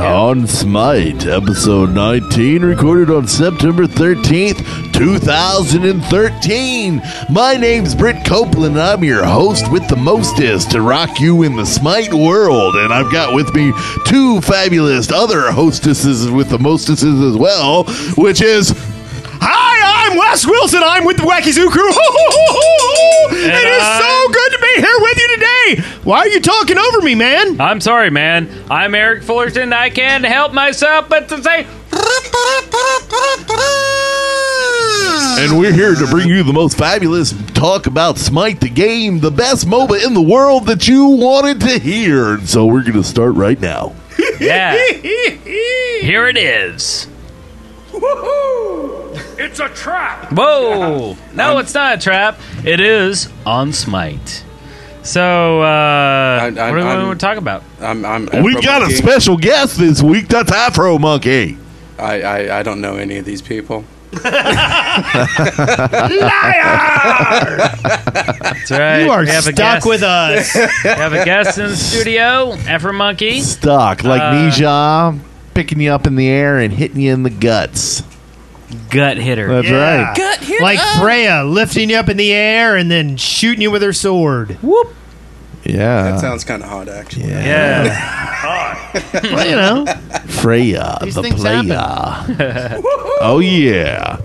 on Smite, episode 19, recorded on September 13th, 2013. My name's Britt Copeland, and I'm your host with the mostest to rock you in the Smite world. And I've got with me two fabulous other hostesses with the mostesses as well, which is Hi, I'm Wes Wilson. I'm with the Wacky Zoo Crew. it is so good to be here with you today. Why are you talking over me, man? I'm sorry, man. I'm Eric Fullerton. I can't help myself but to say, And we're here to bring you the most fabulous talk about Smite the game, the best MOBA in the world that you wanted to hear. And so we're going to start right now. yeah, here it is. It's a trap! Whoa! No, it's not a trap. It is on Smite. So, uh, I'm- what do we I'm- want to talk about? I'm, I'm We Afro got a Monkey. special guest this week. That's Afro Monkey. I, I I don't know any of these people. That's right. You are We have a stuck guest. with us. We have a guest in the studio, Afro Monkey. Stuck like Uh, Nija, picking you up in the air and hitting you in the guts. Gut hitter. That's Yeah. right. like Freya lifting you up in the air and then shooting you with her sword. Yeah. Uh, That sounds kind of hot, actually. Yeah. Well, you know, Freya, These the things player. oh yeah.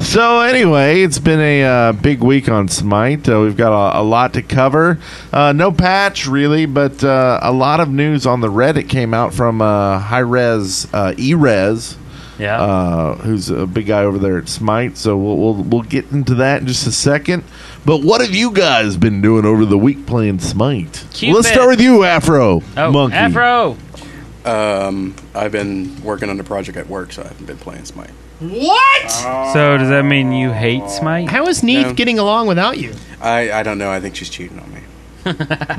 So anyway, it's been a uh, big week on Smite. Uh, we've got a, a lot to cover. Uh, no patch really, but uh, a lot of news on the Reddit came out from uh, High Res uh, Erez. Yeah. Uh, who's a big guy over there at Smite? So we'll, we'll we'll get into that in just a second. But what have you guys been doing over the week playing Smite? Keep Let's it. start with you, Afro oh, Monkey. Afro. Um, I've been working on a project at work, so I haven't been playing Smite. So, does that mean you hate Smite? how is Neith No. getting along without you? I, I don't know. I think she's cheating on me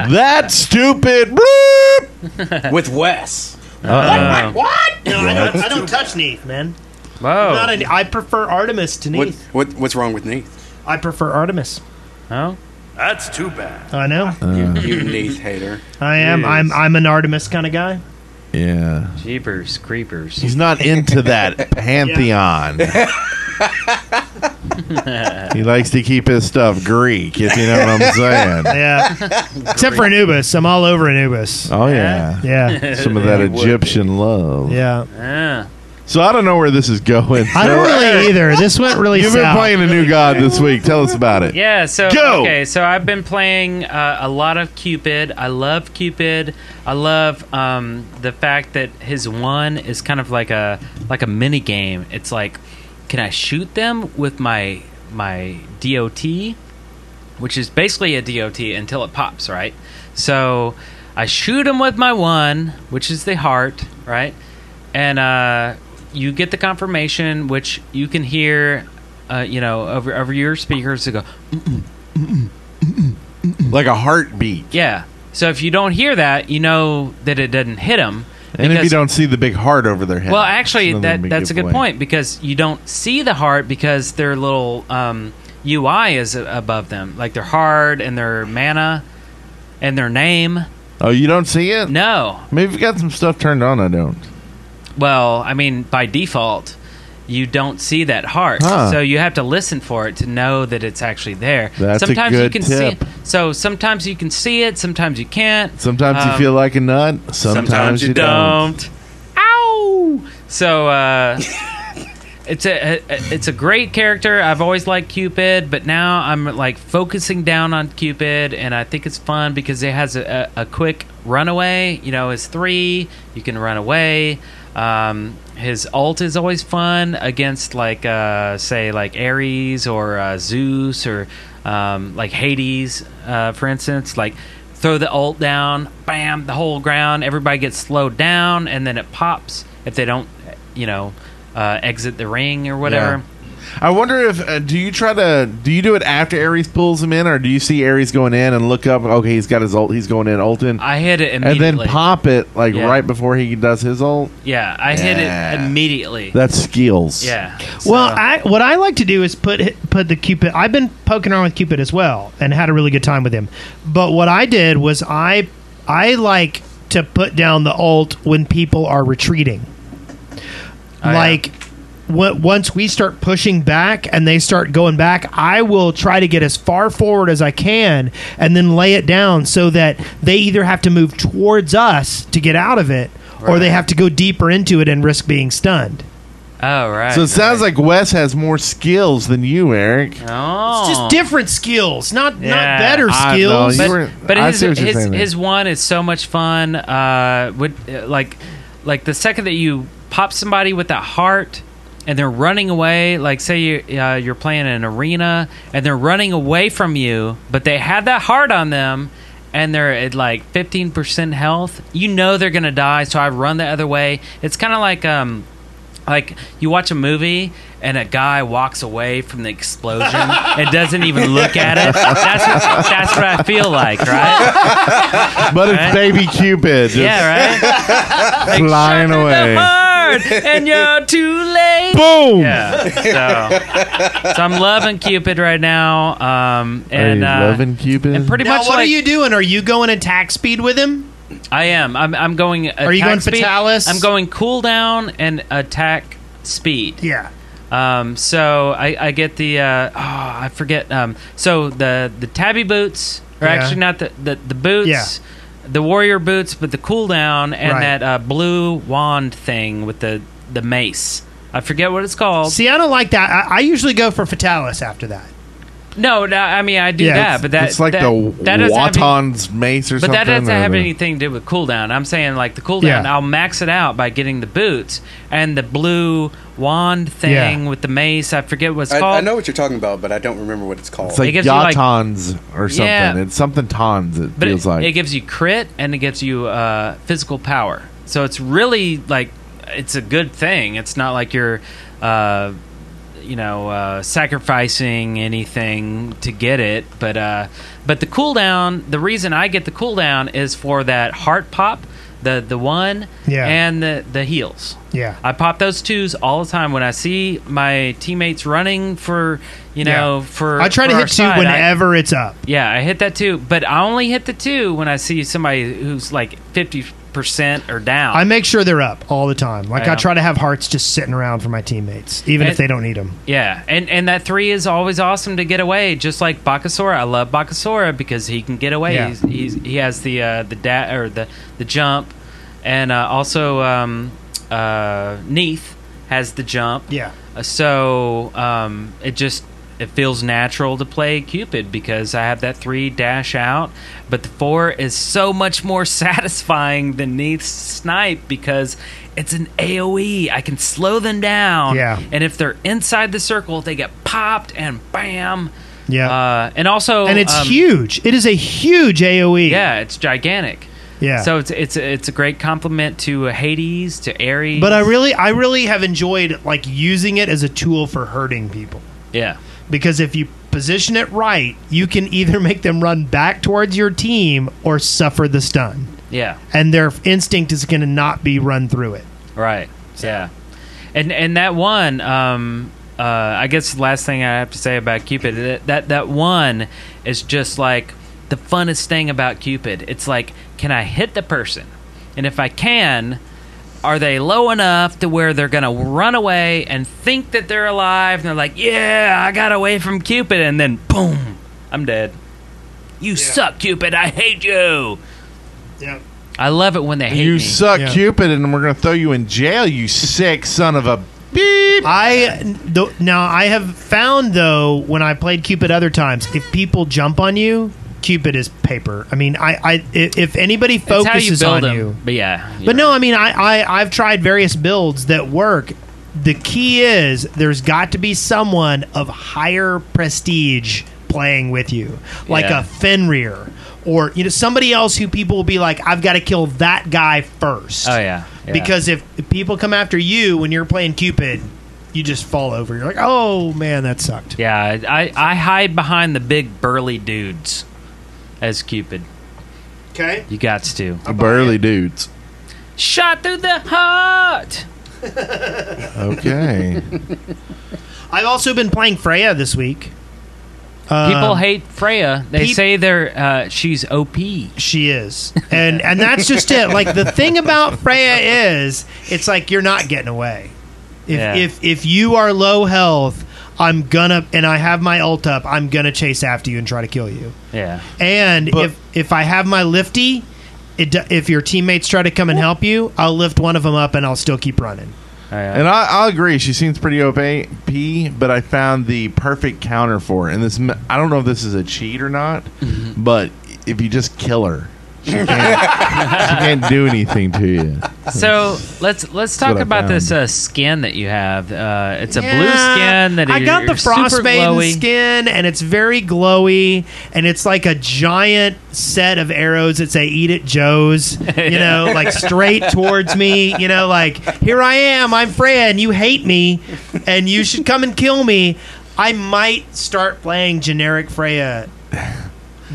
That stupid. Bloop! with Wes. Oh. Uh-uh. What? Oh. No, I don't, I don't touch Neith, man. Whoa. a, I prefer Artemis to What, what what's wrong with Neith? I prefer Artemis. Oh. That's too bad. I know. Uh, You Neith hater. I am. I'm. I'm an Artemis kind of guy. Yeah. Jeepers, creepers. He's not into that pantheon. he likes to keep his stuff Greek, if you know what I'm saying. Yeah. Except for Anubis, I'm all over Anubis. Oh yeah. Yeah. Some of that Egyptian love. Yeah. Yeah. So I don't know where this is going. I don't So, really either. This went really You've been south. playing a new god this week. Tell us about it. Yeah, so Go! okay, so I've been playing uh, a lot of Cupid. I love Cupid. I love um, the fact that his one is kind of like a like a mini game. It's like, can I shoot them with my my DOT, which is basically a DOT until it pops, right? So I shoot him with my one, which is the heart, right? and uh, you get the confirmation, which you can hear, uh, you know, over over your speakers to go, Like a heartbeat. yeah. So if you don't hear that, you know that it doesn't hit them. And if you don't see the big heart over their head. well, actually, it's that another big that's a good giveaway. point because you don't see the heart because their little um, UI is a- above them, like their heart and their mana and their name. Oh, you don't see it? No, Maybe you've got some stuff turned on. I don't. Well, I mean, by default, you don't see that heart, Huh. so you have to listen for it to know that it's actually there. That's a sometimes good you can tip. see. So sometimes you can see it. Sometimes you can't. Sometimes you Um, feel like a nut. Sometimes, sometimes you, you don't. Don't. Ow! So uh, it's a, a it's a great character. I've always liked Cupid, but now I'm like focusing down on Cupid, and I think it's fun because it has a, a, a quick runaway. You know, his three you can run away. Um, his ult is always fun against like uh, say like Ares or uh, Zeus or um, like Hades, uh, for instance. Like throw the ult down, bam, the whole ground. Everybody gets slowed down, and then it pops if they don't, you know, uh, exit the ring or whatever. I wonder if uh, do you try to do you do it after Aries pulls him in, or do you see Aries going in and look up? Okay, he's got his ult. He's going in ulting, I hit it and immediately. then pop it like Yeah. right before he does his ult. Yeah, I hit Yeah. it immediately. That's skills. yeah. Well, so- I what I like to do is put put the Cupid. I've been poking around with Cupid as well and had a really good time with him. But what I did was I I like to put down the alt when people are retreating. Oh, yeah. like on- once we start pushing back and they start going back, I will try to get as far forward as I can and then lay it down so that they either have to move towards us to get out of it or they have to go deeper into it and risk being stunned. Oh right. So it sounds like Wes has more skills than you, Eric. oh. It's just different skills, not Yeah. not better I- no, skills. you But, were- but I his see what you're his, saying there. his one is so much fun. Uh, with uh, like like the second that you pop somebody with that heart and they're running away, like say you uh, you're playing an arena and they're running away from you, but they have that heart on them. And they're at like fifteen percent health. You know they're gonna die, so I run the other way. It's kind of like um, like you watch a movie and a guy walks away from the explosion and doesn't even look at it. That's what, that's what I feel like, right? But it's Right. Baby Cupid just Yeah, right. flying Shot in away. the heart, and you're too late. Boom! Yeah. So, so I'm loving Cupid right now. Um, and Are you uh, loving Cupid? and pretty Now, much what like are you doing? Are you going attack speed with him? I am. I'm, I'm going. Are you attack going speed. Fatalis? I'm going cooldown and attack speed. Yeah. Um, so I, I get the uh, oh, I forget. Um, so the the tabby boots are Yeah. actually not the the, the boots. Yeah. The warrior boots, but the cooldown and Right. that uh, blue wand thing with the the mace. I forget what it's called. See, I don't like that. I, I usually go for Fatalis after that. no, no, I mean I do Yeah, that, but that it's like that, the that doesn't have any- Waton's mace or But something. that doesn't or have the- anything to do with cooldown. I'm saying like the cooldown, Yeah. I'll max it out by getting the boots and the blue wand thing with the mace. I forget what it's I, called. I know what you're talking about, but I don't remember what it's called. It's like gives you, like- Yatons or something. Yeah. It's something tons. It But feels it, like it gives you crit and it gives you uh, physical power. So it's really like it's a good thing. It's not like you're, uh, you know, uh, sacrificing anything to get it. But uh, but the cooldown. The reason I get the cooldown is for that heart pop, the the one, Yeah. and the the heals. Yeah. I pop those twos all the time when I see my teammates running for you know Yeah. for. I try to for our hit two side. I- whenever it's up. yeah, I hit that too, but I only hit the two when I see somebody who's like fifty percent or down. I make sure they're up all the time. Like Yeah. I try to have hearts just sitting around for my teammates, even if And- they don't need them. yeah, and and that three is always awesome to get away. Just like Bakasora, I love Bakasora because he can get away. Yeah. He's, he's he has the uh, the da- or the the jump, and uh, also um, uh, Neath has the jump. Yeah. Uh, so um, it just it feels natural to play cupid because i have that three dash out but the four is so much more satisfying than neath's snipe because it's an aoe i can slow them down Yeah. and if they're inside the circle they get popped and bam Yeah. uh, and also and it's um, huge. It is a E. huge AOE. yeah it's gigantic Yeah. so it's it's it's a great compliment to hades to ares But I really I really have enjoyed like using it as a tool for hurting people. yeah Because if you position it right, you can either make them run back towards your team or suffer the stun. yeah And their instinct is going to not be run through it. Right. Yeah. And and that one, um, uh, I guess the last thing I have to say about Cupid that, that that one is just like the funnest thing about Cupid. It's like, can I hit the person? And if I can, are they low enough to where they're gonna run away and think that they're alive? And they're like, yeah, I got away from Cupid, and then boom, I'm dead. You suck, Cupid. I hate you. Yeah. I love it when they hate you me. suck, Yeah. Cupid, and we're gonna throw you in jail. You sick son of a beep. I th- now I have found though when I played Cupid other times, if people jump on you, Cupid is paper. I mean, I, I if if anybody It's how you focuses build on them. you, But yeah, but no, I mean, I, I I've tried various builds that work. The key is there's got to be someone of higher prestige playing with you, like Yeah. a Fenrir or you know somebody else who people will be like, I've got to kill that guy first. Oh yeah, yeah. Because if, if people come after you when you're playing Cupid, you just fall over. You're like, oh man, that sucked. yeah, I I hide behind the big burly dudes as Cupid. Okay. You got to Burly dudes. shot through the heart. Okay. I've also been playing Freya this week. Uh, People hate Freya. They peop- say they're uh, she's OP. She is, and and that's just it. Like the thing about Freya is, it's like you're not getting away. If Yeah. if if you are low health, I'm gonna and I have my ult up. I'm gonna chase after you and try to kill you. Yeah. And But- if if I have my lifty, it, do- if your teammates try to come and help you, I'll lift one of them up and I'll still keep running. And I, I'll agree. She seems pretty OP, but I found the perfect counter for it. And this, m- I don't know if this is a cheat or not, Mm-hmm. but if you just kill her, she can't, she can't do anything to you. So let's let's what talk I about found. this uh, skin that you have. Uh, it's a blue Yeah, skin that I got you're the frost super glowy. maiden skin, and it's very glowy, and it's like a giant set of arrows that say "Eat it, Joe's," you know, like straight towards me. You know, like here I am, I'm Freya, and you hate me, and you should come and kill me. I might start playing generic Freya.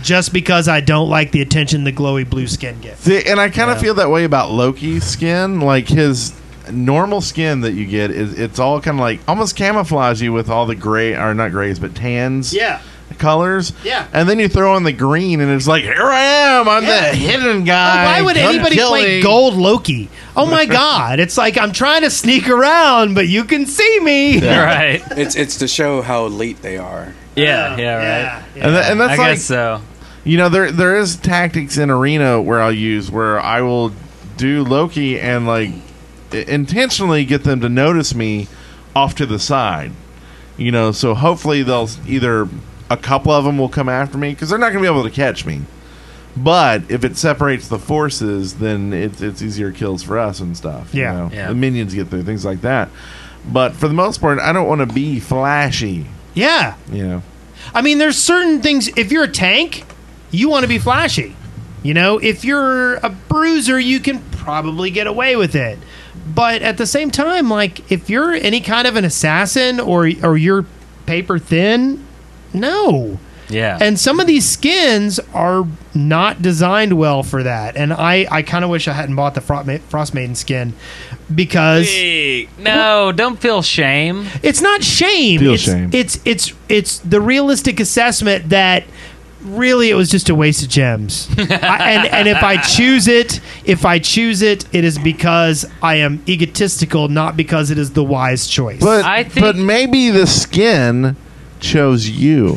Just because I don't like the attention the glowy blue skin gets. See, and I kind of feel that way about Loki's skin. Like his normal skin that you get is it's all kind of like almost camouflage you with all the gray or not grays but tans. Yeah. Colors, Yeah. and then you throw in the green, and it's like, here I am, I'm Yeah. the hidden guy. Why would Come anybody kill play me. Gold Loki? Oh my God! It's like I'm trying to sneak around, but you can see me. Right. It's it's to show how elite they are. Yeah. Yeah. Right. And, tha- and that's I like, guess uh, so. You know, there there is tactics in arena where I'll use where I will do Loki and like i- intentionally get them to notice me off to the side. You know, so hopefully they'll s- either a couple of them will come after me because they're not going to be able to catch me. But if it separates the forces, then it's it's easier kills for us and stuff. you Yeah. know? Yeah. the minions get through things like that. But for the most part, I don't want to be flashy. Yeah. You know, I mean, there's certain things. If you're a tank, you want to be flashy. You know, if you're a bruiser, you can probably get away with it. But at the same time, like if you're any kind of an assassin or or you're paper thin, no. Yeah. And some of these skins are not designed well for that. And I, I kind of wish I hadn't bought the Fro- Ma- Frost Maiden skin because no, don't feel shame. it's not shame. Feel it's, shame. It's it's it's the realistic assessment that really it was just a waste of gems. I, and and if I choose it, if I choose it, it is because I am egotistical, not because it is the wise choice. but I think- but maybe the skin chose you.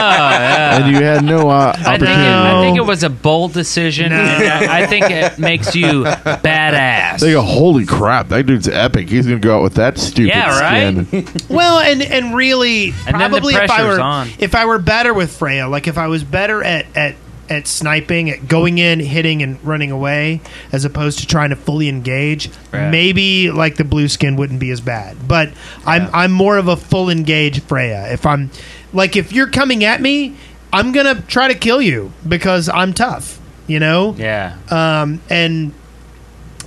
and you had no uh, Ah, I think, it, opportunity. I think it was a bold decision. No. and I think it makes you badass. They go, holy crap! That dude's epic. He's gonna go out with that stupid Yeah, right? skin. Well, and and really, And then the probably if I pressure's were on. if I were better with Freya, like if I was better at at at sniping, at going in, hitting, and running away, as opposed to trying to fully engage, Right. maybe like the blue skin wouldn't be as bad. But I'm I'm more of a full engage Freya. If I'm like if you're coming at me, I'm gonna try to kill you because I'm tough. You know. Yeah. Uh, Um. And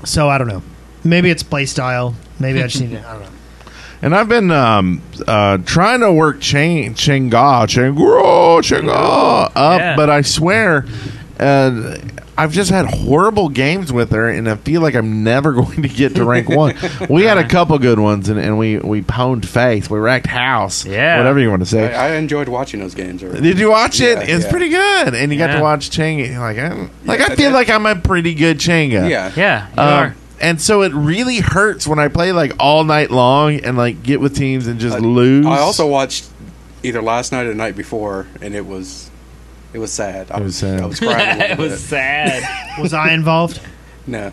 so I don't know. Maybe it's play style. Maybe I just need to. I don't know. And I've been um, uh, trying to work Cheng Chenga Chengro Chenga up, Yeah. but I swear, uh, I've just had horrible games with her, and I feel like I'm never going to get to rank one. we had a Uh-huh. couple good ones, and, and we we pwned face, we wrecked house, Yeah. whatever you want to say. I, I enjoyed watching those games. Or, Did you watch it? Yeah, it's yeah. pretty good, and you got Yeah. to watch Chang. Like, I'm, like I Yeah, feel that- like I'm a pretty good Changa. Yeah. Yeah. You Um, are. and so it really hurts when I play like all night long and like get with teams and just lose. I also watched either last night or the night before, and it was it was sad. I It was sad. I was crying. A little It was bit. sad. Was I involved? no.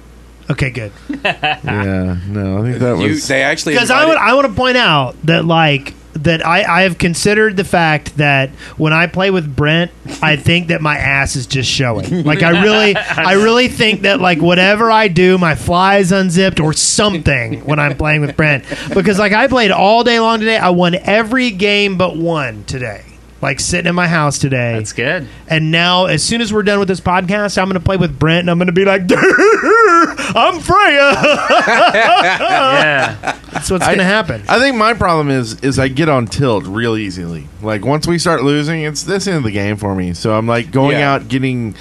Okay, good. Ah. yeah, no, I think that You, was they actually Because I would, invited- I want to point out that like that I, I have considered the fact that when I play with Brent, I think that my ass is just showing. Like I really, I really think that like whatever I do, my fly is unzipped or something when I'm playing with Brent. Because like I played all day long today, I won every game but one today. Like sitting in my house today. That's good. And now, as soon as we're done with this podcast, I'm going to play with Brent and I'm going to be like, I'm Freya. Uh, Yeah. That's what's going to happen. I think my problem is is I get on tilt real easily. Like once we start losing, it's this end of the game for me. So I'm like going Yeah. out getting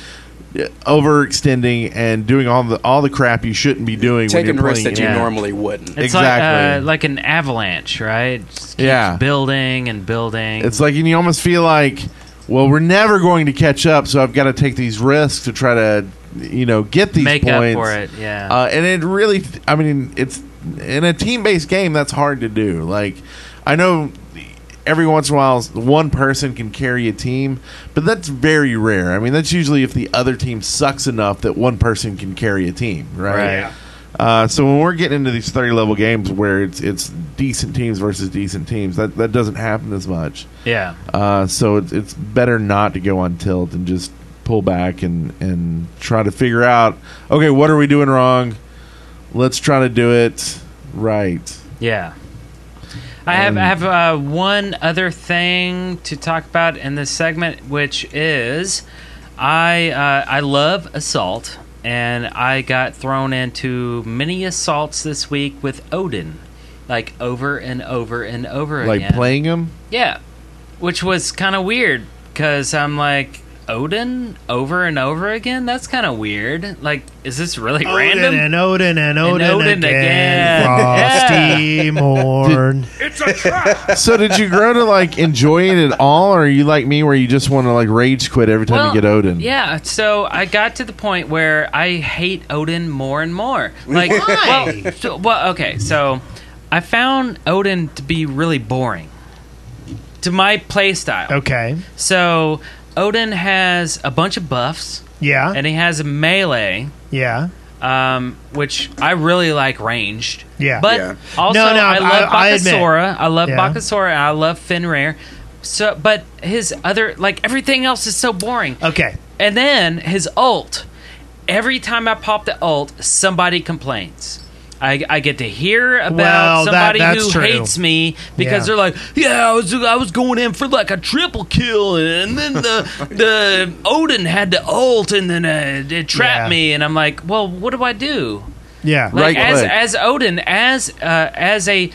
uh, overextending and doing all the all the crap you shouldn't be doing. when Taking you're risks playing that you it. normally wouldn't. It- It's like, uh, Exactly. like an avalanche, right? It just keeps Yeah. building and building. It's like and you almost feel like, well, we're never going to catch up, so I've got to take these risks to try to, you know, get these make points. up for it. Yeah. Uh, and it really, I mean, it's in a team based game that's hard to do. Like, I know every once in a while one person can carry a team, but that's very rare. I mean, that's usually if the other team sucks enough that one person can carry a team, right? Right. Yeah. Uh, so when we're getting into these thirty level games where it's it's decent teams versus decent teams, that that doesn't happen as much. yeah. Uh, so it's, it's better not to go on tilt and just pull back and, and try to figure out okay, what are we doing wrong? Let's try to do it right. Yeah. I have I have uh, one other thing to talk about in this segment, which is I uh, I love assault, and I got thrown into many assaults this week with Odin, like over and over and over Like again. playing them? Yeah, which was kind of weird because I'm like Odin over and over again. That's kind of weird. Like, is this really random? Odin and Odin and Odin, Odin again. again. Frosty Morn. It's a trap. so did you grow to like enjoying it all or are you like me where you just want to like rage quit every time Well, you get Odin? Yeah, so I got to the point where I hate Odin more and more. Like, Why? Well, so- well, okay, so I found Odin to be really boring to my playstyle. Okay. So Odin has a bunch of buffs, Yeah. and he has a melee, yeah. um, which I really like ranged. Yeah. But Yeah. also, No, no, I love I- I admit. Bakasora. I, love Yeah. Bakasora, and I love Finrear. So, but his other, like everything else, is so boring. Okay. And then his ult. Every time I pop the ult, somebody complains. I, I get to hear about Well, that- somebody that's who true. hates me because Yeah. they're like, yeah, I was I was going in for like a triple kill, and then the the Odin had to ult, and then uh, it trapped Yeah. me, and I'm like, well, what do I do? Yeah. Like Right as click. as Odin, as uh, as a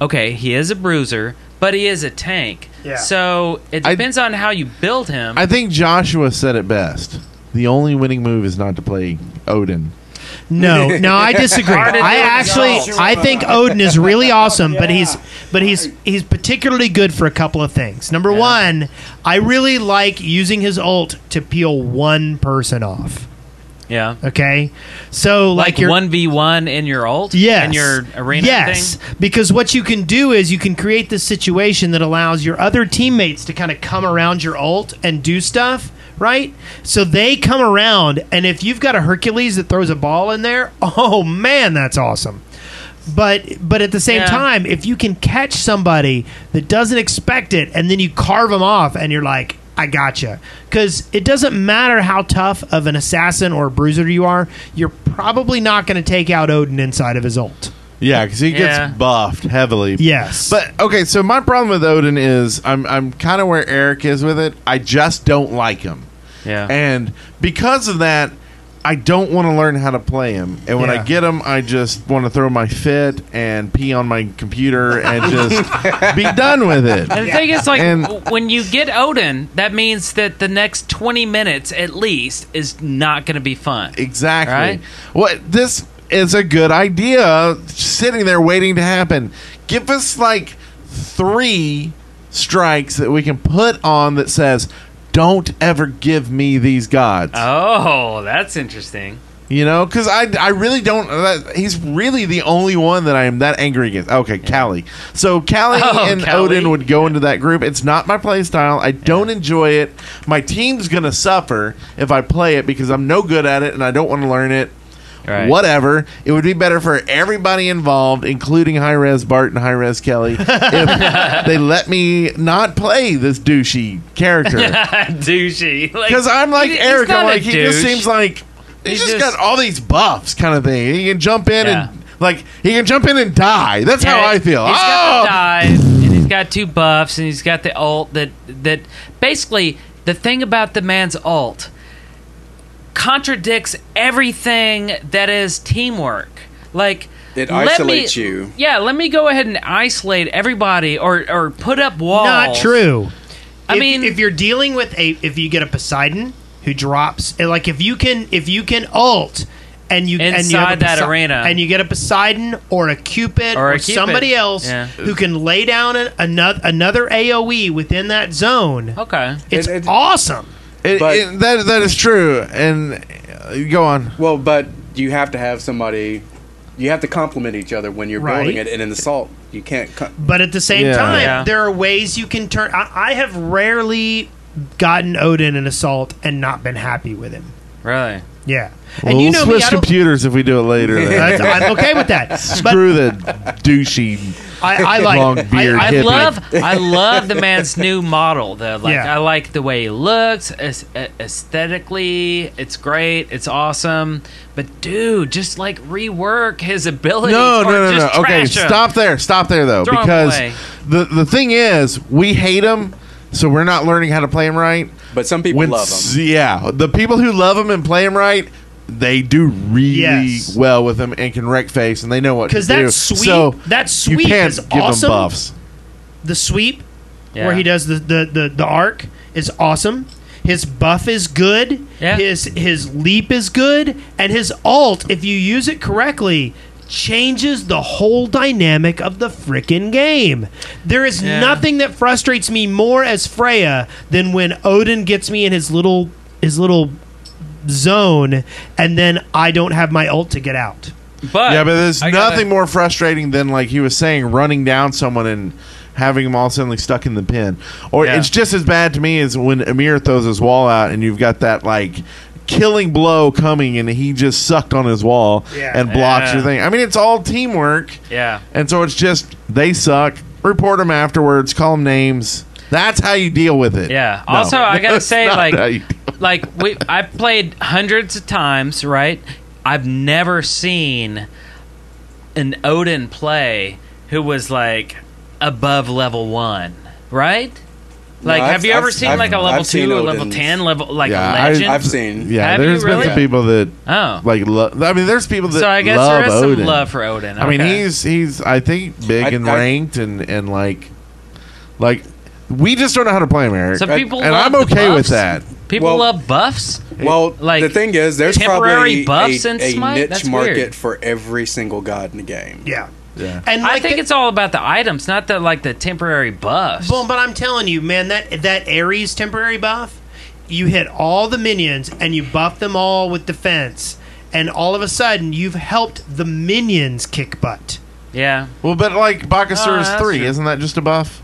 okay, he is a bruiser, but he is a tank. Yeah. So it I- depends on how you build him. I think Joshua said it best. The only winning move is not to play Odin. No, no, I disagree. Arden I Odin actually, is I think Odin is really awesome, but he's, but he's, he's particularly good for a couple of things. Number one, I really like using his ult to peel one person off. yeah. Okay, so like, like your one v one in your ult, yes, in your arena. yes, thing? because what you can do is you can create this situation that allows your other teammates to kind of come around your ult and do stuff. Right, so they come around, and if you've got a Hercules that throws a ball in there, oh man, that's awesome. But but at the same Yeah. time, if you can catch somebody that doesn't expect it, and then you carve them off, and you're like, I gotcha, because it doesn't matter how tough of an assassin or a bruiser you are, you're probably not going to take out Odin inside of his ult. Yeah, because he gets Yeah. buffed heavily. Yes, But okay, so my problem with Odin is I'm I'm kind of where Eric is with it. I just don't like him, Yeah. and because of that, I don't want to learn how to play him. And when Yeah. I get him, I just want to throw my fit and pee on my computer and just be done with it. and the thing is, like, And- w- when you get Odin, that means that the next twenty minutes at least is not going to be fun. Exactly. Right? What this is a good idea sitting there waiting to happen. Give us like three strikes that we can put on that says don't ever give me these gods. Oh, that's interesting. You know, because I, I really don't. That, he's really the only one that I am that angry against. Okay, Callie. So Callie Oh, and Callie. Odin would go into that group. It's not my play style. I don't enjoy it. My team's gonna suffer if I play it because I'm no good at it and I don't want to learn it. Right. Whatever. It would be better for everybody involved, including High Res Bart and High Res Kelly, if they let me not play this douchey character. Douchey. Because I'm like he- he's Eric. I'm not a like he just douche. seems like he's, He's just, just- got all these buffs, kind of thing. He can jump in Yeah. and like he can jump in and die. That's how I feel. He's got oh, the dive, and he's got two buffs, and he's got the alt that that basically the thing about the man's alt contradicts everything that is teamwork. Like It let me- isolates you. Yeah, let me go ahead and isolate everybody, or or put up walls. not true. I If- mean- if you're dealing with a, if you get a Poseidon who drops. and, Like if you can if you can ult and you and you have a Inside that Posei- arena. and you get a Poseidon or a Cupid Or or, a Cupid. somebody else Yeah. who can lay down an, another another AOE within that zone. Okay. It's And it- awesome. It, But- it- that that is true. And uh, go on. Well, but you have to have somebody. You have to complement each other when you're building Right. it, and in the salt, you can't. Co- But at the same Yeah. time, Yeah. there are ways you can turn. I, I have rarely gotten Odin an assault and not been happy with him. Really? Yeah, Well, and you we'll know me, switch I don't, computers if we do it later. then. that's- I'm okay with that. But Screw the douchey. I, I like long beard I, I I hippie. love I love the man's new model though. Like Yeah. I like the way he looks as, a- aesthetically. It's great. It's awesome. But dude, just like rework his ability. No, or no, no, just no. Okay, trash him. stop there. Stop there though, Throw 'em because away. the the thing is, we hate him, so we're not learning how to play him right. but some people When love s- them. Yeah, the people who love him and play him right. They do really Yes. well with him and can wreck face, and they know what to do. because that sweep, So that sweep you can't is give awesome. them buffs. The sweep Yeah. where he does the, the the the arc is awesome. His buff is good. Yeah. His his leap is good, and his alt, if you use it correctly, changes the whole dynamic of the frickin' game. There is Yeah. nothing that frustrates me more as Freya than when Odin gets me in his little his little zone, and then I don't have my ult to get out. But Yeah, but there's I gotta- nothing more frustrating than like he was saying, running down someone and having him all suddenly stuck in the pin. Or Yeah. it's just as bad to me as when Amir throws his wall out and you've got that like killing blow coming and he just sucked on his wall Yeah. and blocks Yeah. your thing. I mean, it's all teamwork, Yeah. and so it's just they suck. Report them afterwards. Call them names. That's how you deal with it. Yeah. No, Also, I gotta that's say, not like, how you deal like we, I played hundreds of times, right? I've never seen an Odin play who was like above level one, right? Like, I've- have you ever I've- seen I've- like a level I've seen two, a level Odins. ten, level like Yeah, a I- legend? I've seen. Yeah, Have you there's been really? some people that oh, like. Lo- I mean, there's people that. so I guess love there is some Odin. love for Odin. I mean, Okay. he's he's I think big I- and I- ranked and and like like we just don't know how to play him, Eric. Some people and love I'm the okay with buffs. that. people well- love buffs. Well, Like, the thing is, there's temporary probably buffs a, in a Smite? niche That's market weird. for every single god in the game. Yeah, Yeah. and I like think the- it's all about the items, not the like the temporary buffs. Well, but I'm telling you, man, that that Ares temporary buff, you hit all the minions and you buff them all with defense, and all of a sudden you've helped the minions kick butt. Yeah. Well, but like Oh, Bakasur is that's 3 true. isn't that just a buff?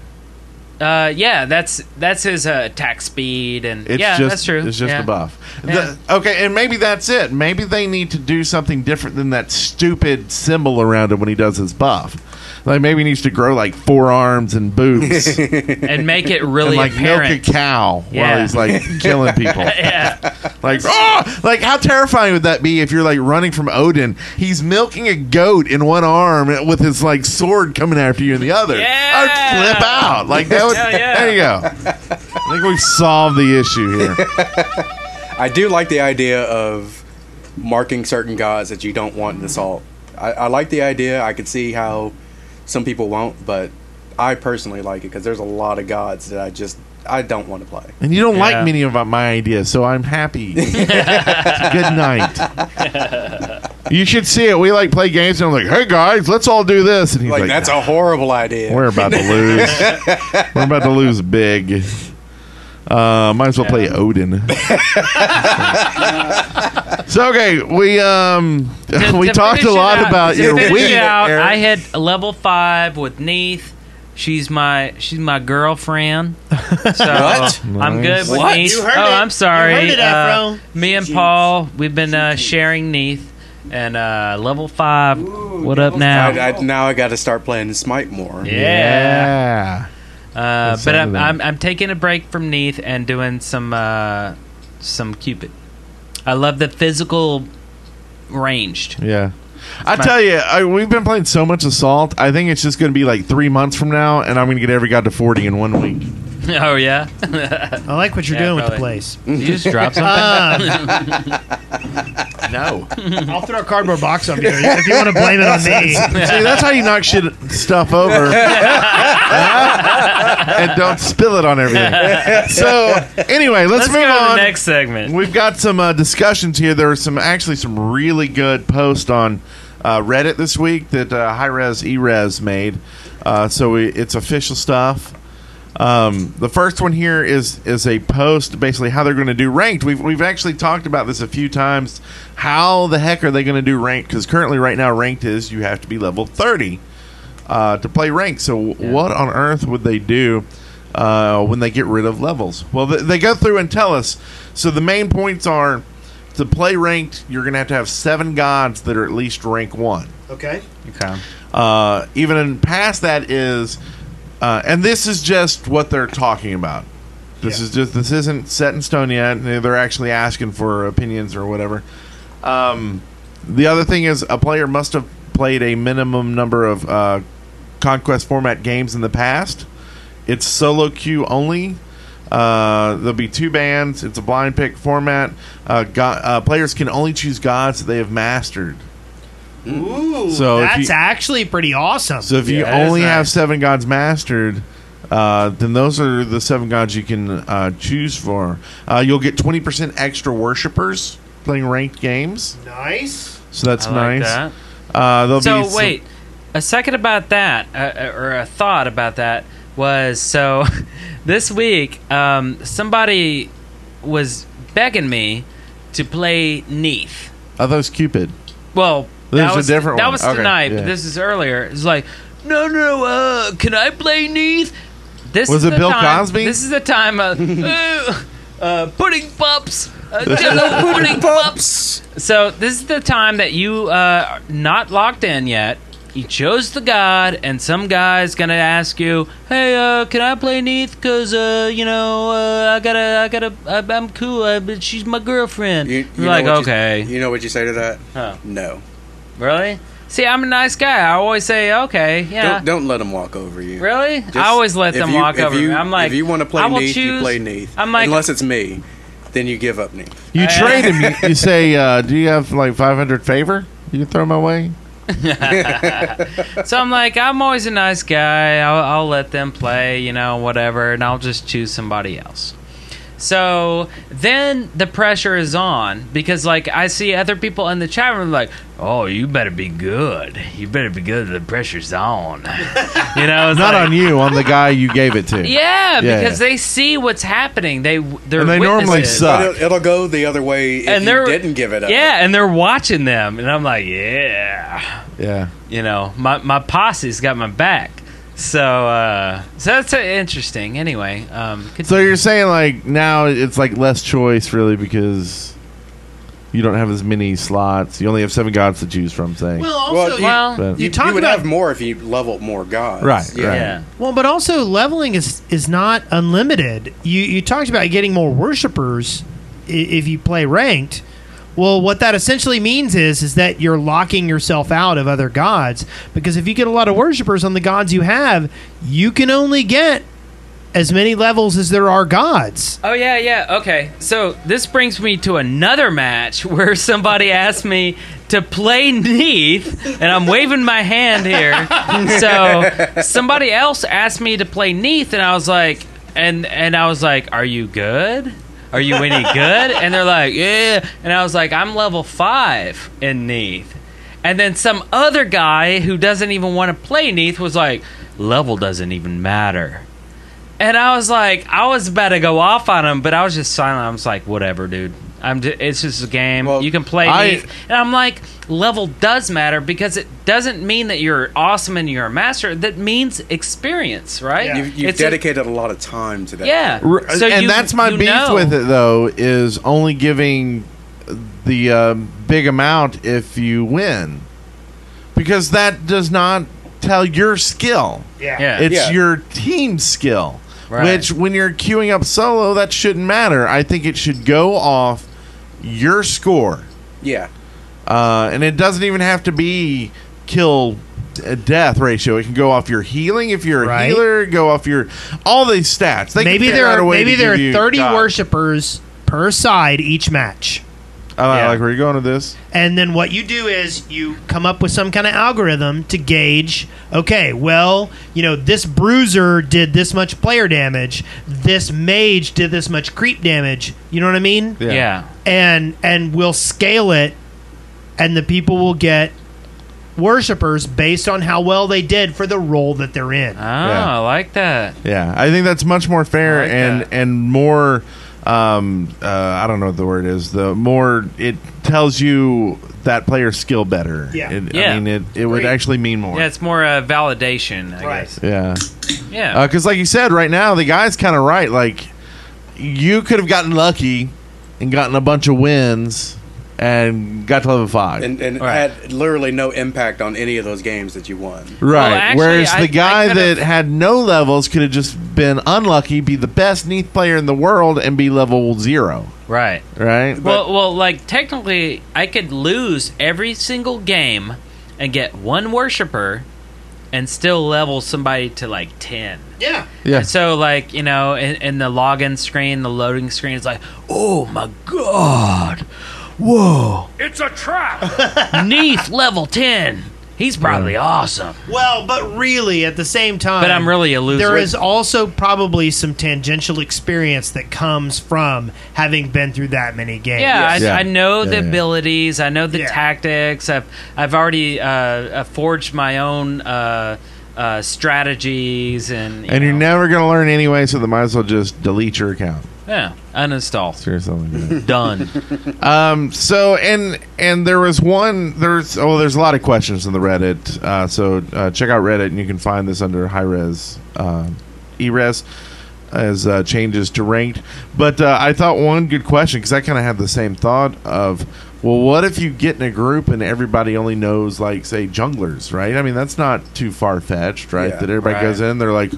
Uh, yeah, that's that's his uh, attack speed and It's yeah, just that's true. It's just yeah. a buff. The- Yeah. okay, and maybe that's it. Maybe they need to do something different than that stupid symbol around him when he does his buff. Like maybe he needs to grow like forearms and boobs and and make it really like milk apparent. a cow while Yeah. he's like killing people. yeah, Like, oh, like how terrifying would that be if you're like running from Odin? He's milking a goat in one arm with his like sword coming after you in the other. Yeah. I'd flip out. Like that would. Hell yeah. There you go. I think we've solved the issue here. I do like the idea of marking certain gods that you don't want in assault. I, I like the idea. I could see how some people won't, but I personally like it because there's a lot of gods that I just I don't want to play. And you don't like Yeah. many of my ideas, so I'm happy. Good night. you should see it. We like play games, and I'm like, hey guys, let's all do this, and he's Like, like, that's a horrible idea. We're about to lose. We're about to lose big. Uh, might as well play Odin. so okay, we um To- we to talked a finish it lot out- about to your finish it week. out, Eric. I hit level five with Neith. She's my she's my girlfriend. So What? I'm good with What? Neith. You heard oh, it. I'm sorry. You heard it, Uh, Afro. me and Paul, we've been uh, sharing Neith and uh, level five. what up now? I, I, now I got to start playing Smite more. yeah. yeah. Good Uh, but sound of I'm, that. I'm I'm taking a break from Neath and doing some uh, some Cupid. I love the physical ranged. Yeah. I my- tell you, I, we've been playing so much Assault. I think it's just going to be like three months from now, and I'm going to get every god to 40 in one week. Oh yeah, I like what you're Yeah, doing with the probably. place. you just drop something. No. I'll throw a cardboard box on you if you want to blame it on me. See, that's how you knock shit stuff over, and don't spill it on everything. So, anyway, let's, Let's move go to on. the next segment. We've got some uh, discussions here. There are some actually some really good posts on uh, Reddit this week that uh, High Res Erez made. Uh, so we, it's official stuff. Um, the first one here is is a post basically how they're going to do ranked. We've we've actually talked about this a few times. How the heck are they going to do ranked? Because currently, right now, ranked is you have to be level thirty uh, to play ranked. So w what on earth would they do uh, when they get rid of levels? Well, th- they go through and tell us. So the main points are to play ranked, you're going to have to have seven gods that are at least rank one. Okay. Okay. Uh, even in past that is, uh, and this is just what they're talking about. This is just this isn't set in stone yet. They're actually asking for opinions or whatever. Um, the other thing is a player must have played a minimum number of uh, conquest format games in the past. It's solo queue only. Uh, there'll be two bands. It's a blind pick format. Uh, go- uh, players can only choose gods that they have mastered. Ooh, So if that's you- actually pretty awesome. So if you Yeah, that is only have nice. seven gods mastered, uh, then those are the seven gods you can uh, choose for. Uh, you'll get twenty percent extra worshippers playing ranked games, nice. so that's I like nice. that. Uh, there'll So be some- wait, a second about that, uh, or a thought about that was so. this week, um, somebody was begging me to play Neath. are those Cupid? Well, There's that a was, different That one. was Okay, tonight, yeah. but this is earlier. It's like, no, no, uh, can I play Neath? This Was is it the Bill time- Cosby? This is the time of uh, uh, pudding pops. Uh, jello pudding pops. So this is the time that you uh, are not locked in yet. You chose the god, and some guy's gonna ask you, "Hey, uh, can I play Neath? Cause uh, you know, uh, I gotta, I gotta, I, I'm cool. I, but she's my girlfriend." You, You, you are know like, what you- "Okay." You, know what you say to that? Huh. No. Really? See, I'm a nice guy. I always say, okay, yeah. Don't don't let them walk over you. really? Just- I always let if them you- walk if over you- me. I'm like, if you want to play I will Neath, you choose- play Neath. I'm like, unless it's me, then you give up Neath. You Uh, trade him. You, you say, uh, "Do you have like five hundred favor? You can throw my way." so I'm like, I'm always a nice guy. I'll, I'll let them play, you know, whatever, and I'll just choose somebody else. So then the pressure is on because, like, I see other people in the chat room like, "Oh, you better be good. You better be good. The pressure's on." you know, it's Not like- on you, on the guy you gave it to. Yeah, Yeah, because yeah. they see what's happening. They they're And they normally witnesses. suck. It'll, it'll go the other way if And you they're- didn't give it up. Yeah, and they're watching them, and I'm like, yeah, yeah. you know, my my posse's got my back. So, uh, so that's uh, interesting. Anyway, um, So continue. you're saying like now it's like less choice really because you don't have as many slots. You only have seven gods to choose from. Saying Well, also, Well, you- well, But- You, You talk you would about- have more if you leveled more gods. Right, Yeah. right. yeah, Well, but also leveling is is not unlimited. You you talked about getting more worshipers i- if you play ranked. Well, what that essentially means is is that you're locking yourself out of other gods because if you get a lot of worshipers on the gods you have, you can only get as many levels as there are gods. oh yeah, yeah. Okay, so this brings me to another match where somebody asked me to play Neath, and I'm waving my hand here. So somebody else asked me to play Neath, and I was like, and and I was like, are you good? are you any good? And they're like, yeah. And I was like, I'm level five in Neath. And then some other guy who doesn't even want to play Neath was like, level doesn't even matter. And I was like, I was about to go off on him, but I was just silent. I was like, whatever, dude. I'm just, it's just a game. Well, you can play I- Neath. And I'm like, level does matter because it doesn't mean that you're awesome and you're a master. That means experience, right? You, you've It's a- dedicated a, lot of time to that. yeah. R- and Uh, you- that's my you beef know. with it though is only giving the uh, big amount if you win because that does not tell your skill Yeah. it's Yeah. your team skill Right. which when you're queuing up solo that shouldn't matter i think it should go off your score Yeah. uh, and it doesn't even have to be kill uh, death ratio. It can go off your healing if you're a Right. healer. Go off your all these stats. They can maybe figure there out a are way to maybe there give are you 30 God. worshippers per side each match. I like- I Yeah. Uh, like where you're going with this. And then what you do is you come up with some kind of algorithm to gauge, okay, well, you know, this bruiser did this much player damage, this mage did this much creep damage. You know what I mean? Yeah. yeah. And and we'll scale it and the people will get worshippers based on how well they did for the role that they're in. Oh, I like that. Yeah, I think that's much more fair I like and that. and more. Um, uh, I don't know what the word is. The more it tells you that player's skill better. Yeah. It- I Yeah. mean it. It would Agreed. actually mean more. Yeah, it's more uh, validation, I Right. guess. Yeah. Yeah. Because, Uh, like you said, right now the guy's kind of right. Like, you could have gotten lucky and gotten a bunch of wins and got to level five. and, and Right. had literally no impact on any of those games that you won. right. Well, actually, Whereas I- the I guy that could've- had no levels could have just been unlucky, be the best Neath player in the world, and be level zero. right. Right. well, well, like technically, I could lose every single game and get one worshiper, and still level somebody to like ten. Yeah. yeah. So, like you know, in, in the login screen, the loading screen is like, oh my god, whoa, It's a trap. Neath level ten. He's probably awesome, Well, but really at the same time but I'm really a loser. There is also probably some tangential experience that comes from having been through that many games. Yeah, Yes. Yeah. I, I know Yeah, the yeah. abilities. I know the Yeah. tactics. I've I've already uh, uh, forged my own uh, uh, strategies and you and you're know, never going to learn anyway, so they might as well just delete your account yeah uninstall or something. Like that. done. Um, so and and there was one there's oh there's a lot of questions in the Reddit. Uh, so uh, check out Reddit and you can find this under high res uh, eres as uh, changes to ranked. But uh, I thought one good question because I kind of had the same thought of well what if you get in a group and everybody only knows like say junglers right? I mean that's not too far fetched right? Yeah, that everybody right. goes in they're like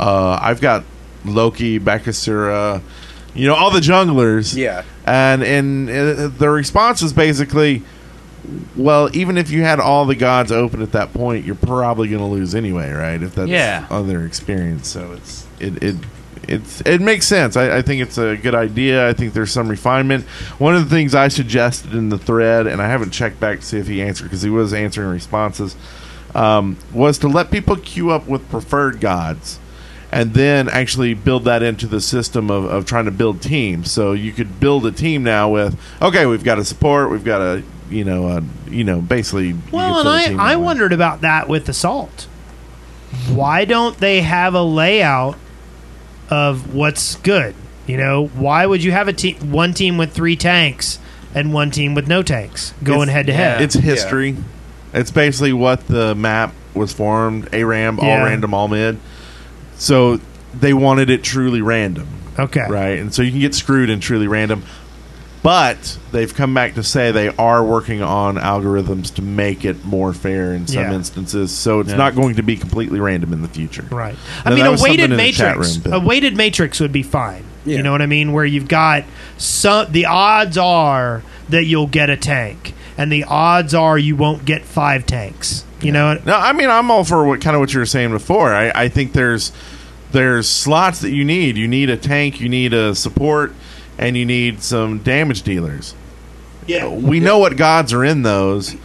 uh, I've got Loki, Bakasura, you know all the junglers Yeah. and and uh, the response was basically, well, even if you had all the gods open at that point, you're probably going to lose anyway, right? If that's Yeah. on their experience, so it's it it. It's, it makes sense. I, I think it's a good idea. I think there's some refinement. One of the things I suggested in the thread, and I haven't checked back to see if he answered because he was answering responses, um, was to let people queue up with preferred gods and then actually build that into the system of, of trying to build teams. So you could build a team now with okay, we've got a support, we've got a you know a, you know basically. you Well, could and build a team I, I that way. wondered about that with assault. Why don't they have a layout of what's good? You know, why would you have a team, one team with three tanks and one team with no tanks going It's- head to head? It's history. It's basically what the map was formed. A ram, all Yeah. random, all mid. So they wanted it truly random. Okay, right? And so you can get screwed and truly random. But they've come back to say they are working on algorithms to make it more fair in some Yeah. instances. So it's not going to be completely random in the future. Right. No, I mean, that a was weighted something in the chat matrix. room, a Bill. weighted matrix would be fine. Yeah. You know what I mean? Where you've got some. The odds are that you'll get a tank, and the odds are you won't get five tanks. You know. No, I mean I'm all for what kind of what you were saying before. I, I think there's there's slots that you need. You need a tank, you need a support, and you need some damage dealers. Yeah. We know what gods are in those.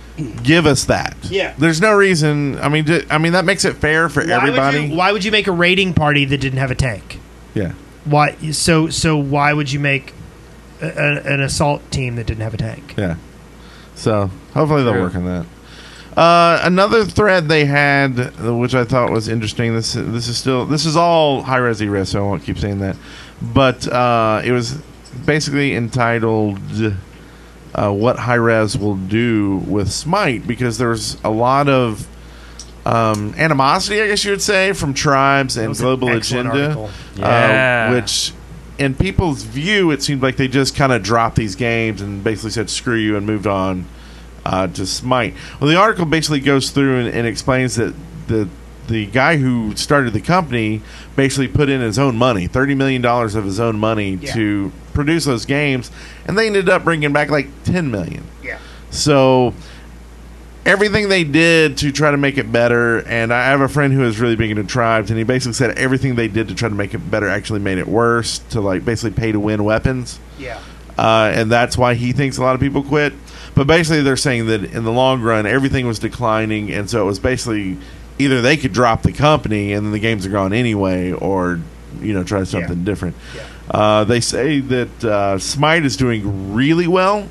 Give us that. Yeah. There's no reason. I mean, d I I mean that makes it fair for Why everybody. would, you, why would you make a raiding party that didn't have a tank? yeah. Why? So so why would you make a, a, an assault team that didn't have a tank? Yeah. So hopefully they'll True. work on that. Uh, another thread they had, uh, which I thought was interesting. This this is still this is all high res res, so I won't keep saying that. But uh, it was basically entitled uh, "What High Res Will Do with Smite" because there's a lot of um, animosity, I guess you would say, from tribes That and was an global excellent agenda article. Yeah. uh, which in people's view it seemed like they just kind of dropped these games and basically said screw you and moved on uh, to smite well the article basically goes through and, and explains that the the guy who started the company basically put in his own money $30 million of his own money Yeah. to produce those games and they ended up bringing back like 10 million Yeah. so everything they did to try to make it better. And I have a friend who is really big into tribes, and he basically said everything they did to try to make it better actually made it worse to like basically pay to win weapons. Yeah. Uh, and that's why he thinks a lot of people quit. But basically, they're saying that in the long run, everything was declining, and so it was basically either they could drop the company and then the games are gone anyway, or you know try something different. Uh, they say that uh, Smite is doing really well.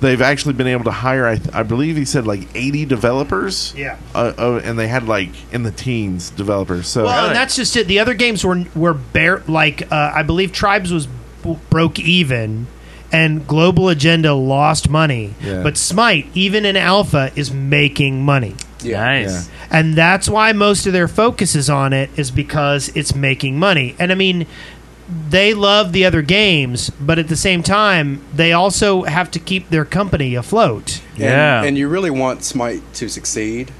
They've actually been able to hire, I, th- I believe he said, like 80 developers. Yeah. Uh, oh, and they had like in the teens developers. So Well, Really? and that's just it. The other games were were bare. Like uh, I believe Tribes was b- broke even, and Global Agenda lost money. Yeah. But Smite, even in Alpha, is making money, Yeah. Nice. and that's why most of their focus is on it is because it's making money. And I mean. They love the other games, but at the same time, they also have to keep their company afloat. And, Yeah. And you really want Smite to succeed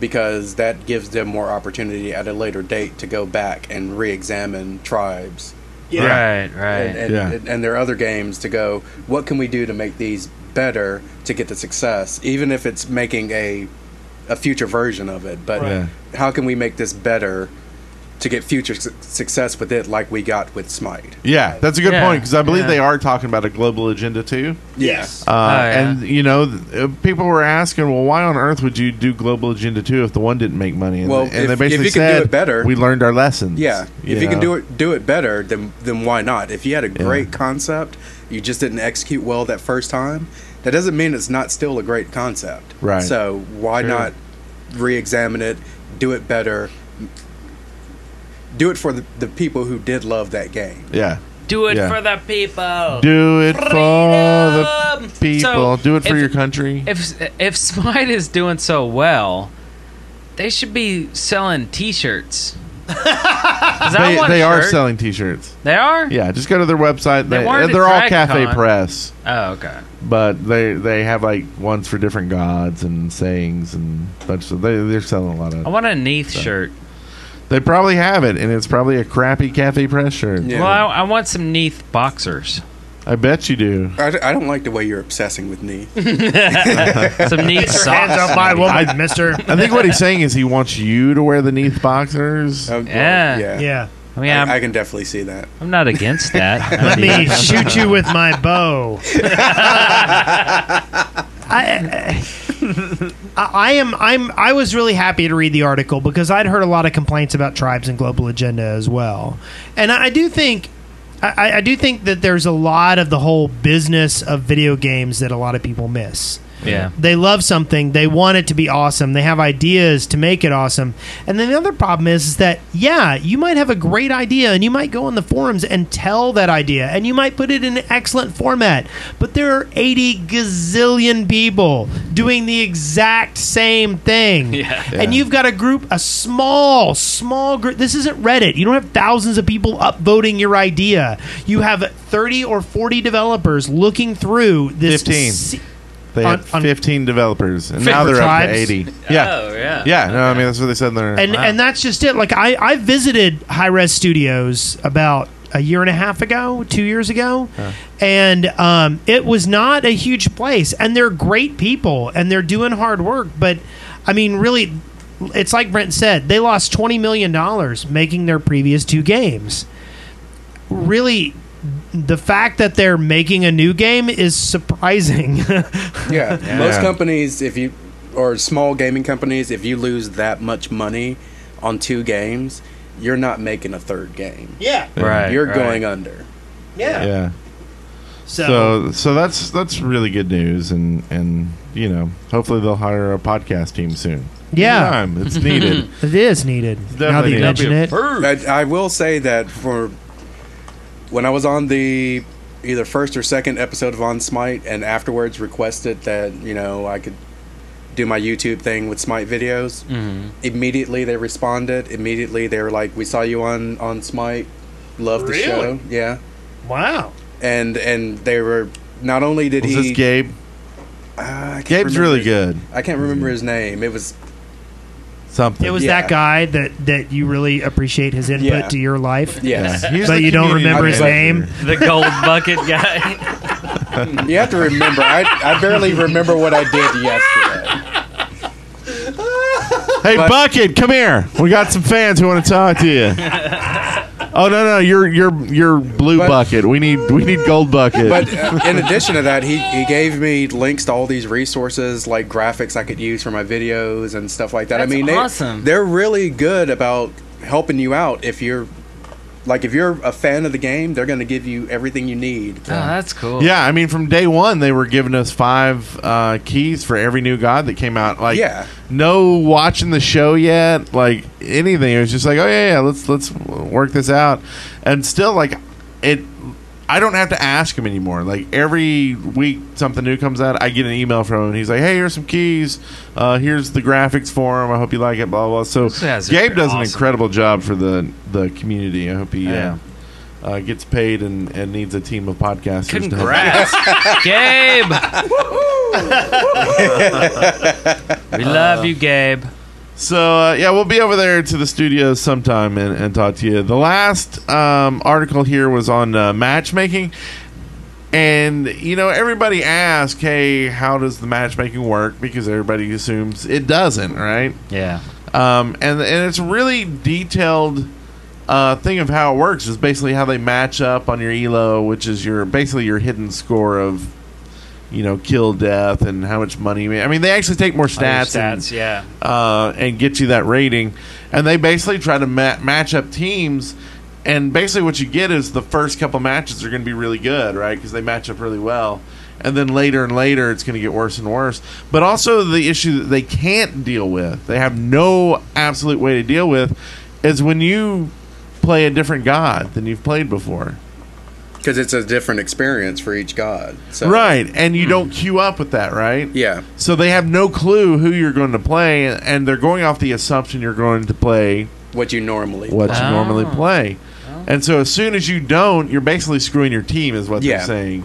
because that gives them more opportunity at a later date to go back and re examine tribes Right, right. and, and, Yeah. and, their other games to go, what can we do to make these better to get the success, even if it's making a a future version of it, but Right. how can we make this better to get future su- success with it like we got with Smite? yeah, that's a good point 'cause Yeah, point because I believe yeah. they are talking about a global agenda too. Yes. Uh, Oh, yeah. And you know, th- uh, people were asking, "Well, why on earth would you do Global Agenda two if the one didn't make money?" And, Well, they, and if- they if basically you can do said, it better- we learned our lessons." Yeah, if you can do it do it better, then then why not? If you had a great concept, you just didn't execute well that first time. That doesn't mean it's not still a great concept. Right. So why not re-examine it, do it better, do it for the, the people who did love that game. yeah, Do it Yeah. for the people. do it for Freedom! the people, So, do it for if- your country. If if Smite is doing so well, they should be selling T-shirts. 'Cause I they want a they are shirt. selling T-shirts. They are. Yeah, just go to their website. They They, weren't they at they're all DragCon. Cafe Press, Oh, okay. but they they have like ones for different gods and sayings and bunch of. They, they're selling a lot I of. want a Neath shirt. They probably have it, and it's probably a crappy Cafe Press shirt. Yeah. Well, I, I want some Neath boxers. I bet you do. I, I don't like the way you're obsessing with me. Some Neath socks. up my woman, Mister. I think what he's saying is he wants you to wear the Neath boxers. Um, well, Yeah. Yeah, I mean, I, I I'm, can definitely see that. I'm not against that. Let me shoot you with my bow. I, I, I am. I'm. I was really happy to read the article because I'd heard a lot of complaints about tribes and global agenda as well, and I, I do think. I, I- I do think that there's a lot of the whole business of video games that a lot of people miss Yeah. they love something they want it to be awesome they have ideas to make it awesome and then the other problem is, is that yeah you might have a great idea and you might go on the forums and tell that idea and you might put it in an excellent format but there are 80 gazillion people doing the exact same thing Yeah. and you've got a group a small small group this isn't reddit you don't have thousands of people upvoting your idea you have 30 or 40 developers looking through this 15. se- They on- had on- 15 developers, and now For they're up to tribes? 80. Yeah. Oh, yeah. Yeah, no, I mean, that's what they said in their. and and that's just it. Like I I visited High Res Studios about a year and a half ago, two years ago, and um, it was not a huge place. And they're great people, and they're doing hard work. But I mean, really, it's like Brent said, they lost twenty million dollars making their previous two games. Really. The fact that they're making a new game is surprising. Yeah. Most Yeah. companies, if you or small gaming companies, if you lose that much money on two games, you're not making a third game. yeah. Right. you're right. going under. yeah. so So, so that's that's really good news, and and you know, hopefully they'll hire a podcast team soon. Yeah. Time. it's needed. it is needed. Now that definitely you needed. mention it, But I will say that for when I was on the either first or second episode of On Smite, and afterwards requested that you know I could do my YouTube thing with Smite videos. Mm-hmm. Immediately they responded. Immediately they were like, "We saw you on on Smite. Love the show. Yeah." wow. and and they were not only did Was he this Gabe? Ah, I can't Gabe's remember really his- good. I can't remember his name. It was Something. It was Yeah. that guy that that you really appreciate his input Yeah. to your life. yes. He's But the you don't community remember his manager. name? The gold bucket guy. You have to remember. I I barely remember what I did yesterday. Hey, But- Bucket, come here. We got some fans who want to talk to you. Oh no no, you're you're you're blue But- bucket. We need we need gold bucket. But uh, in addition to that, he, he gave me links to all these resources, like graphics I could use for my videos and stuff like that. That's I mean, awesome. they, they're really good about helping you out if you're like if you're a fan of the game, they're going to give you everything you need. Oh, that's cool. Yeah, I mean, from day one, they were giving us five uh, keys for every new god that came out. Like, Yeah. no watching the show yet, like anything. It was just like, oh yeah, yeah, let's let's work this out. And still, like, it, I don't have to ask him anymore. Like every week, something new comes out. I get an email from him. And he's like, hey, here's some keys. Uh, here's the graphics for him. I hope you like it. Blah blah. So guys are Gabe does an awesome. incredible job for the the community. I hope he. Yeah. Uh, uh, gets paid and, and needs a team of podcasters. to help Congrats, Gabe. we Uh, love you, Gabe. So uh, yeah, we'll be over there to the studio sometime and, and talk to you. The last um, article here was on uh, matchmaking, and you know everybody asks, "Hey, how does the matchmaking work?" Because everybody assumes it doesn't, right? Yeah. Um, and and it's really detailed uh, thing of how it works is basically how they match up on your elo, which is your basically your hidden score of you know kill death and how much money. you made. I mean, they actually take more stats, and- stats. Yeah. uh, and get you that rating. And they basically try to ma- match up teams. And basically, what you get is the first couple matches are going to be really good, right? Because they match up really well. And then later and later, it's going to get worse and worse. But also, the issue that they can't deal with, they have no absolute way to deal with, is when you play a different god than you've played before. Because it's a different experience for each god. So, Right. And you don't queue up with that, right? Yeah. So they have no clue who you're going to play, and they're going off the assumption you're going to play What you normally. what you Ah. normally play. And so as soon as you don't, you're basically screwing your team, is what Yeah. they're saying.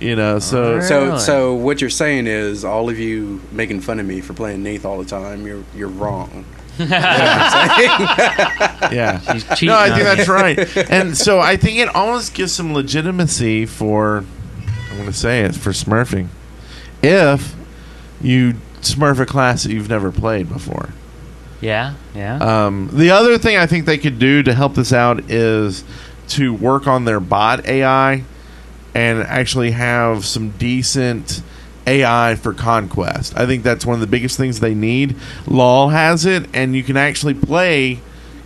You know, so Alright. So Really? so what you're saying is all of you making fun of me for playing Nath all the time. You're you're wrong. yeah. He's cheating. No, I on think you. that's right. And so I think it almost gives some legitimacy for, I'm going to say it, for smurfing. If you smurf a class that you've never played before. Yeah. Yeah. Um, the other thing I think they could do to help this out is to work on their bot AI and actually have some decent AI for conquest. I think that's one of the biggest things they need. LOL has it, and you can actually play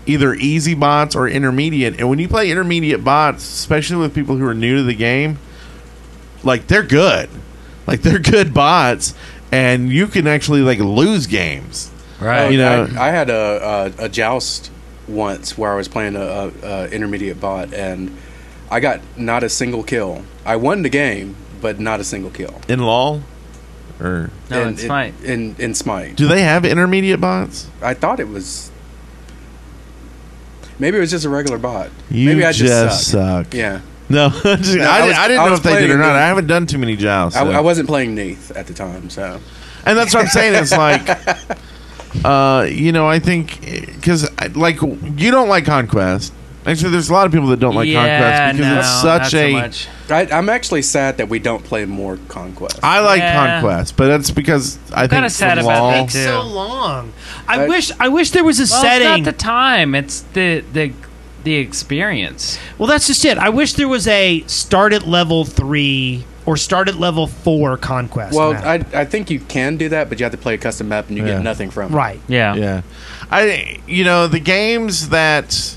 either easy bots or intermediate. And when you play intermediate bots, especially with people who are new to the game, like they're good. Like they're good bots, and you can actually like lose games. right. you know- Uh, I, I had a, a a joust once where I was playing a, a, a intermediate bot, and I got not a single kill. I won the game, but not a single kill. In LOL? Or No, in, in Smite. In, in Smite, do they have intermediate bots? I thought it was. Maybe it was just a regular bot. You Maybe I just, suck. suck. Yeah, No, just- No, I, I di- was- I didn't I know was if they did or playing not. the- I haven't done too many jobs, so. I, I wasn't playing Nath at the time, so and that's what I'm saying. It's like, uh, you know, I think because like you don't like conquest. Actually, there's a lot of people that don't like yeah, conquest because no, it's not such so a. much. I, I'm actually sad that we don't play more Conquest. I like Yeah. conquest, but that's because I think kinda sad from about LOL- that, too. so long. I I- wish I wish there was a Well, setting. It's not the time. It's the the the experience. well, that's just it. I wish there was a start at level three or start at level four conquest. well, map. I, I think you can do that, but you have to play a custom map and you Yeah. get nothing from it. right. Yeah. Yeah, I you know the games that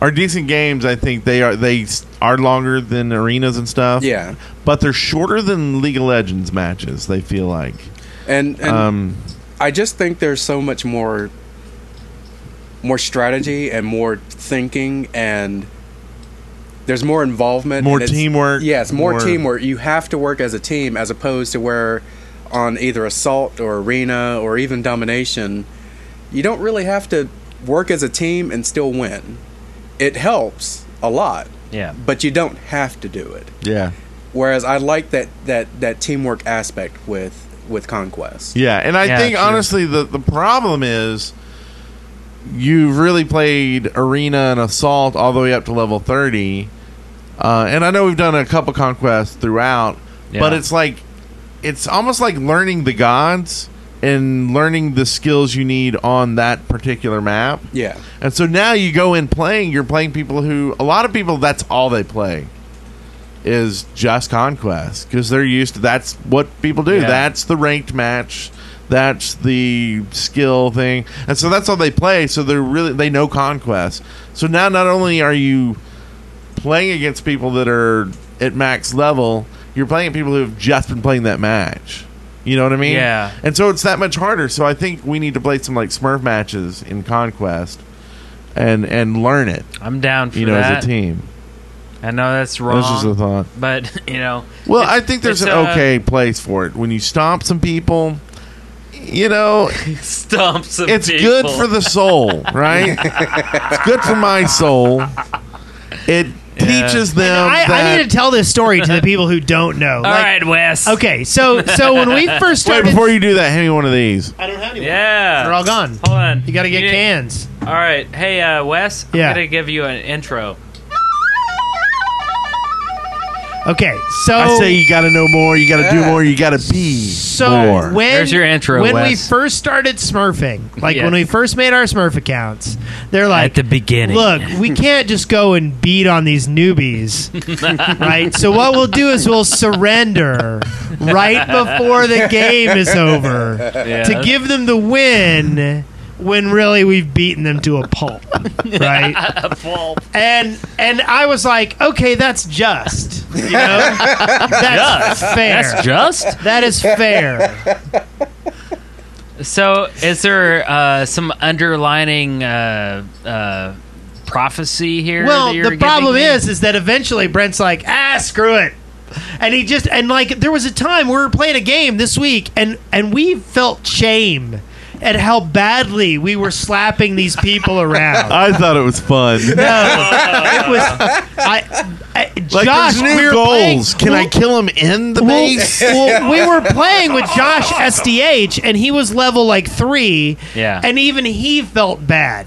are decent games. I think they are they s- are longer than arenas and stuff. Yeah. but they're shorter than League of Legends matches. They feel like. And, and Um, I just think there's so much more more strategy and more thinking and there's more involvement More and it's- teamwork, yeah it's more, more- teamwork you have to work as a team as opposed to where on either assault or arena or even domination you don't really have to work as a team and still win it helps a lot Yeah. but you don't have to do it yeah, whereas i like that that that teamwork aspect with with conquest yeah, and I Yeah, think true. honestly the the problem is you've really played arena and assault all the way up to level thirty, uh, and I know we've done a couple conquests throughout, Yeah. but it's like it's almost like learning the gods and learning the skills you need on that particular map. Yeah. And so now you go in playing, you're playing people who a lot of people that's all they play is just conquest because they're used to that's what people do. Yeah. That's the ranked match. That's the skill thing. And so that's all they play, so they're really they know conquest. So now not only are you playing against people that are at max level, you're playing people who have just been playing that match. You know what I mean? Yeah. And so it's that much harder. So I think we need to play some like Smurf matches in Conquest, and and learn it. I'm down for You know, that. as a team. I know that's wrong, That's just a thought. but you know, Well, it's- I think there's it's, an uh, okay place for it when you stomp some people. You know, stumps. Of it's people. good for the soul, right? it's good for my soul. It teaches them I, that. I need to tell this story to the people who don't know. All right, Wes. Okay, so so when we first Wait, started, before you do that, hand me one of these. I don't have any. Yeah. they're all gone. Hold on. You got to get You- cans. All right. Hey, uh, Wes. Yeah. I'm gonna give you an intro. Okay, so I say you got to know more, you got to do more, you got to be so more. when There's your intro, when we Wes. first started smurfing, like Yes. when we first made our Smurf accounts, they're like beginning. Look, we can't just go and beat on these newbies, right? So what we'll do is we'll surrender right before the game is over Yeah. to give them the win when really we've beaten them to a pulp, right? Well, And and I was like, okay, that's just, you know, that's fair. That's just. that is fair. So, is there uh, some underlining uh, uh, prophecy here? Well, that you're the problem giving me? is, is that eventually Brent's like, ah, screw it, and he just and like there was a time we were playing a game this week, and and we felt shame at how badly we were slapping these people around. I thought it was fun. it was, I, I Like Josh, there's new we were goals. playing- Can I well, kill him in the well, base? well, we were playing with Josh SDH, and he was level like three. Yeah. And even he felt bad.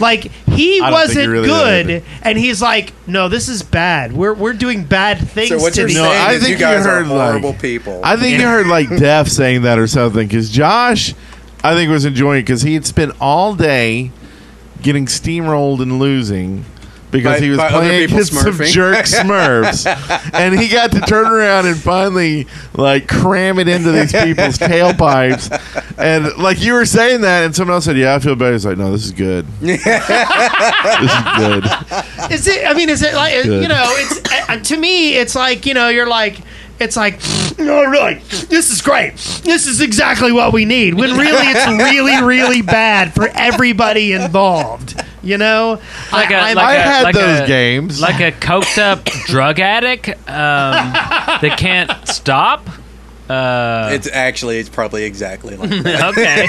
Like he I don't think wasn't he really good, did. and he's like, "No, this is bad. We're we're doing bad things So what to you're these." saying No, I is think you you guys heard, are horrible like- people. I think you heard like Def saying that or something because Josh, I think, was enjoying it because he had spent all day getting steamrolled and losing because By- he was by other playing people against some smurfing. jerk Smurfs, and he got to turn around and finally like cram it into these people's tailpipes, and like you were saying that, and someone else said, "Yeah, I feel bad." He's like, "No, this is good. this is good." Is it? I mean, is it like Good. you know? It's uh, to me, it's like you know, you're like. It's like, no, really, this is great. This is exactly what we need. When really, it's really, really bad for everybody involved. You know, Like a- I'm- I like a- had those a- games. like a coked up drug addict um, that can't stop. Uh, it's actually it's probably exactly like that. okay.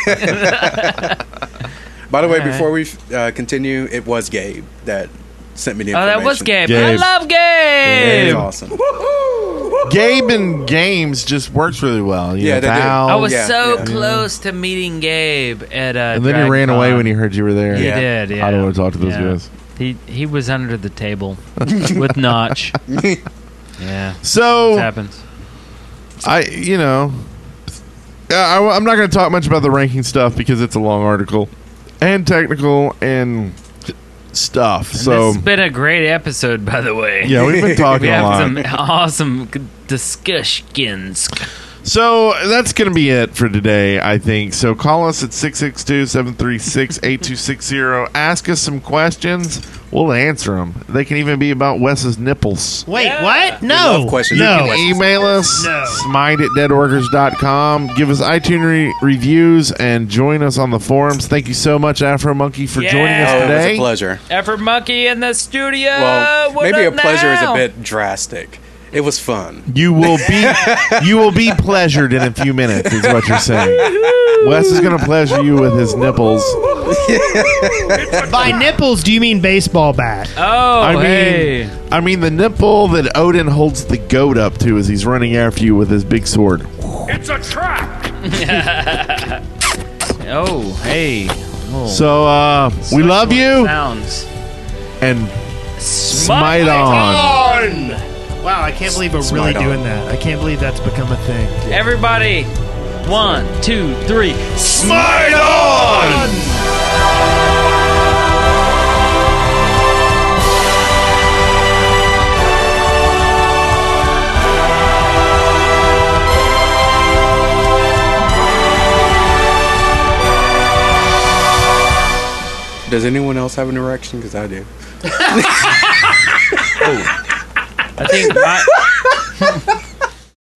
By the way, All right. before we uh, continue, it was Gabe that sent me the Oh, information. that was Gabe. I Gabe. love It Gabe. was awesome. Gabe in games just works really well. You Yeah, know, they do. Valve, I was yeah, so yeah. close to meeting Gabe at uh, And then he ran away when he heard you were there. He He Yeah. did. Yeah. I don't want to talk to those Yeah. guys. He he was under the table with Notch. yeah, this So happens. I, you know, uh, I, am not going to talk much about the ranking stuff because it's a long article and technical and stuff. so this has been a great episode, by the way. yeah, we've been talking we a have lot. some awesome g- discussions. So that's going to be it for today, I think. So call us at 662 736 8260. Ask us some questions. We'll answer them. They can even be about Wes's nipples. Wait, Yeah. what? No. love questions. You No. can Email us, No. smite at deadworkers.com. Give us iTunes re- reviews and join us on the forums. Thank you so much, Afro Monkey, for Yeah. joining us Oh, it was a today. pleasure. Effort Monkey in the studio. Well, Uh, What maybe a up pleasure is a now? bit drastic. It was fun. you will be you will be pleasured in a few minutes, is what you're saying. Wes is going to pleasure you with his nipples. By nipples, do you mean baseball bat? Oh, I mean, hey. I mean the nipple that Odin holds the goat up to as he's running after you with his big sword. It's a trap! Oh, hey. Oh, So uh, we sexual love you Sounds. and Smite smite on. Wow, I can't believe we're really Smart on. doing that. I can't believe that's become a thing. Everybody, One, two, three. Smite on! Does anyone else have an erection? Because I do. I think my,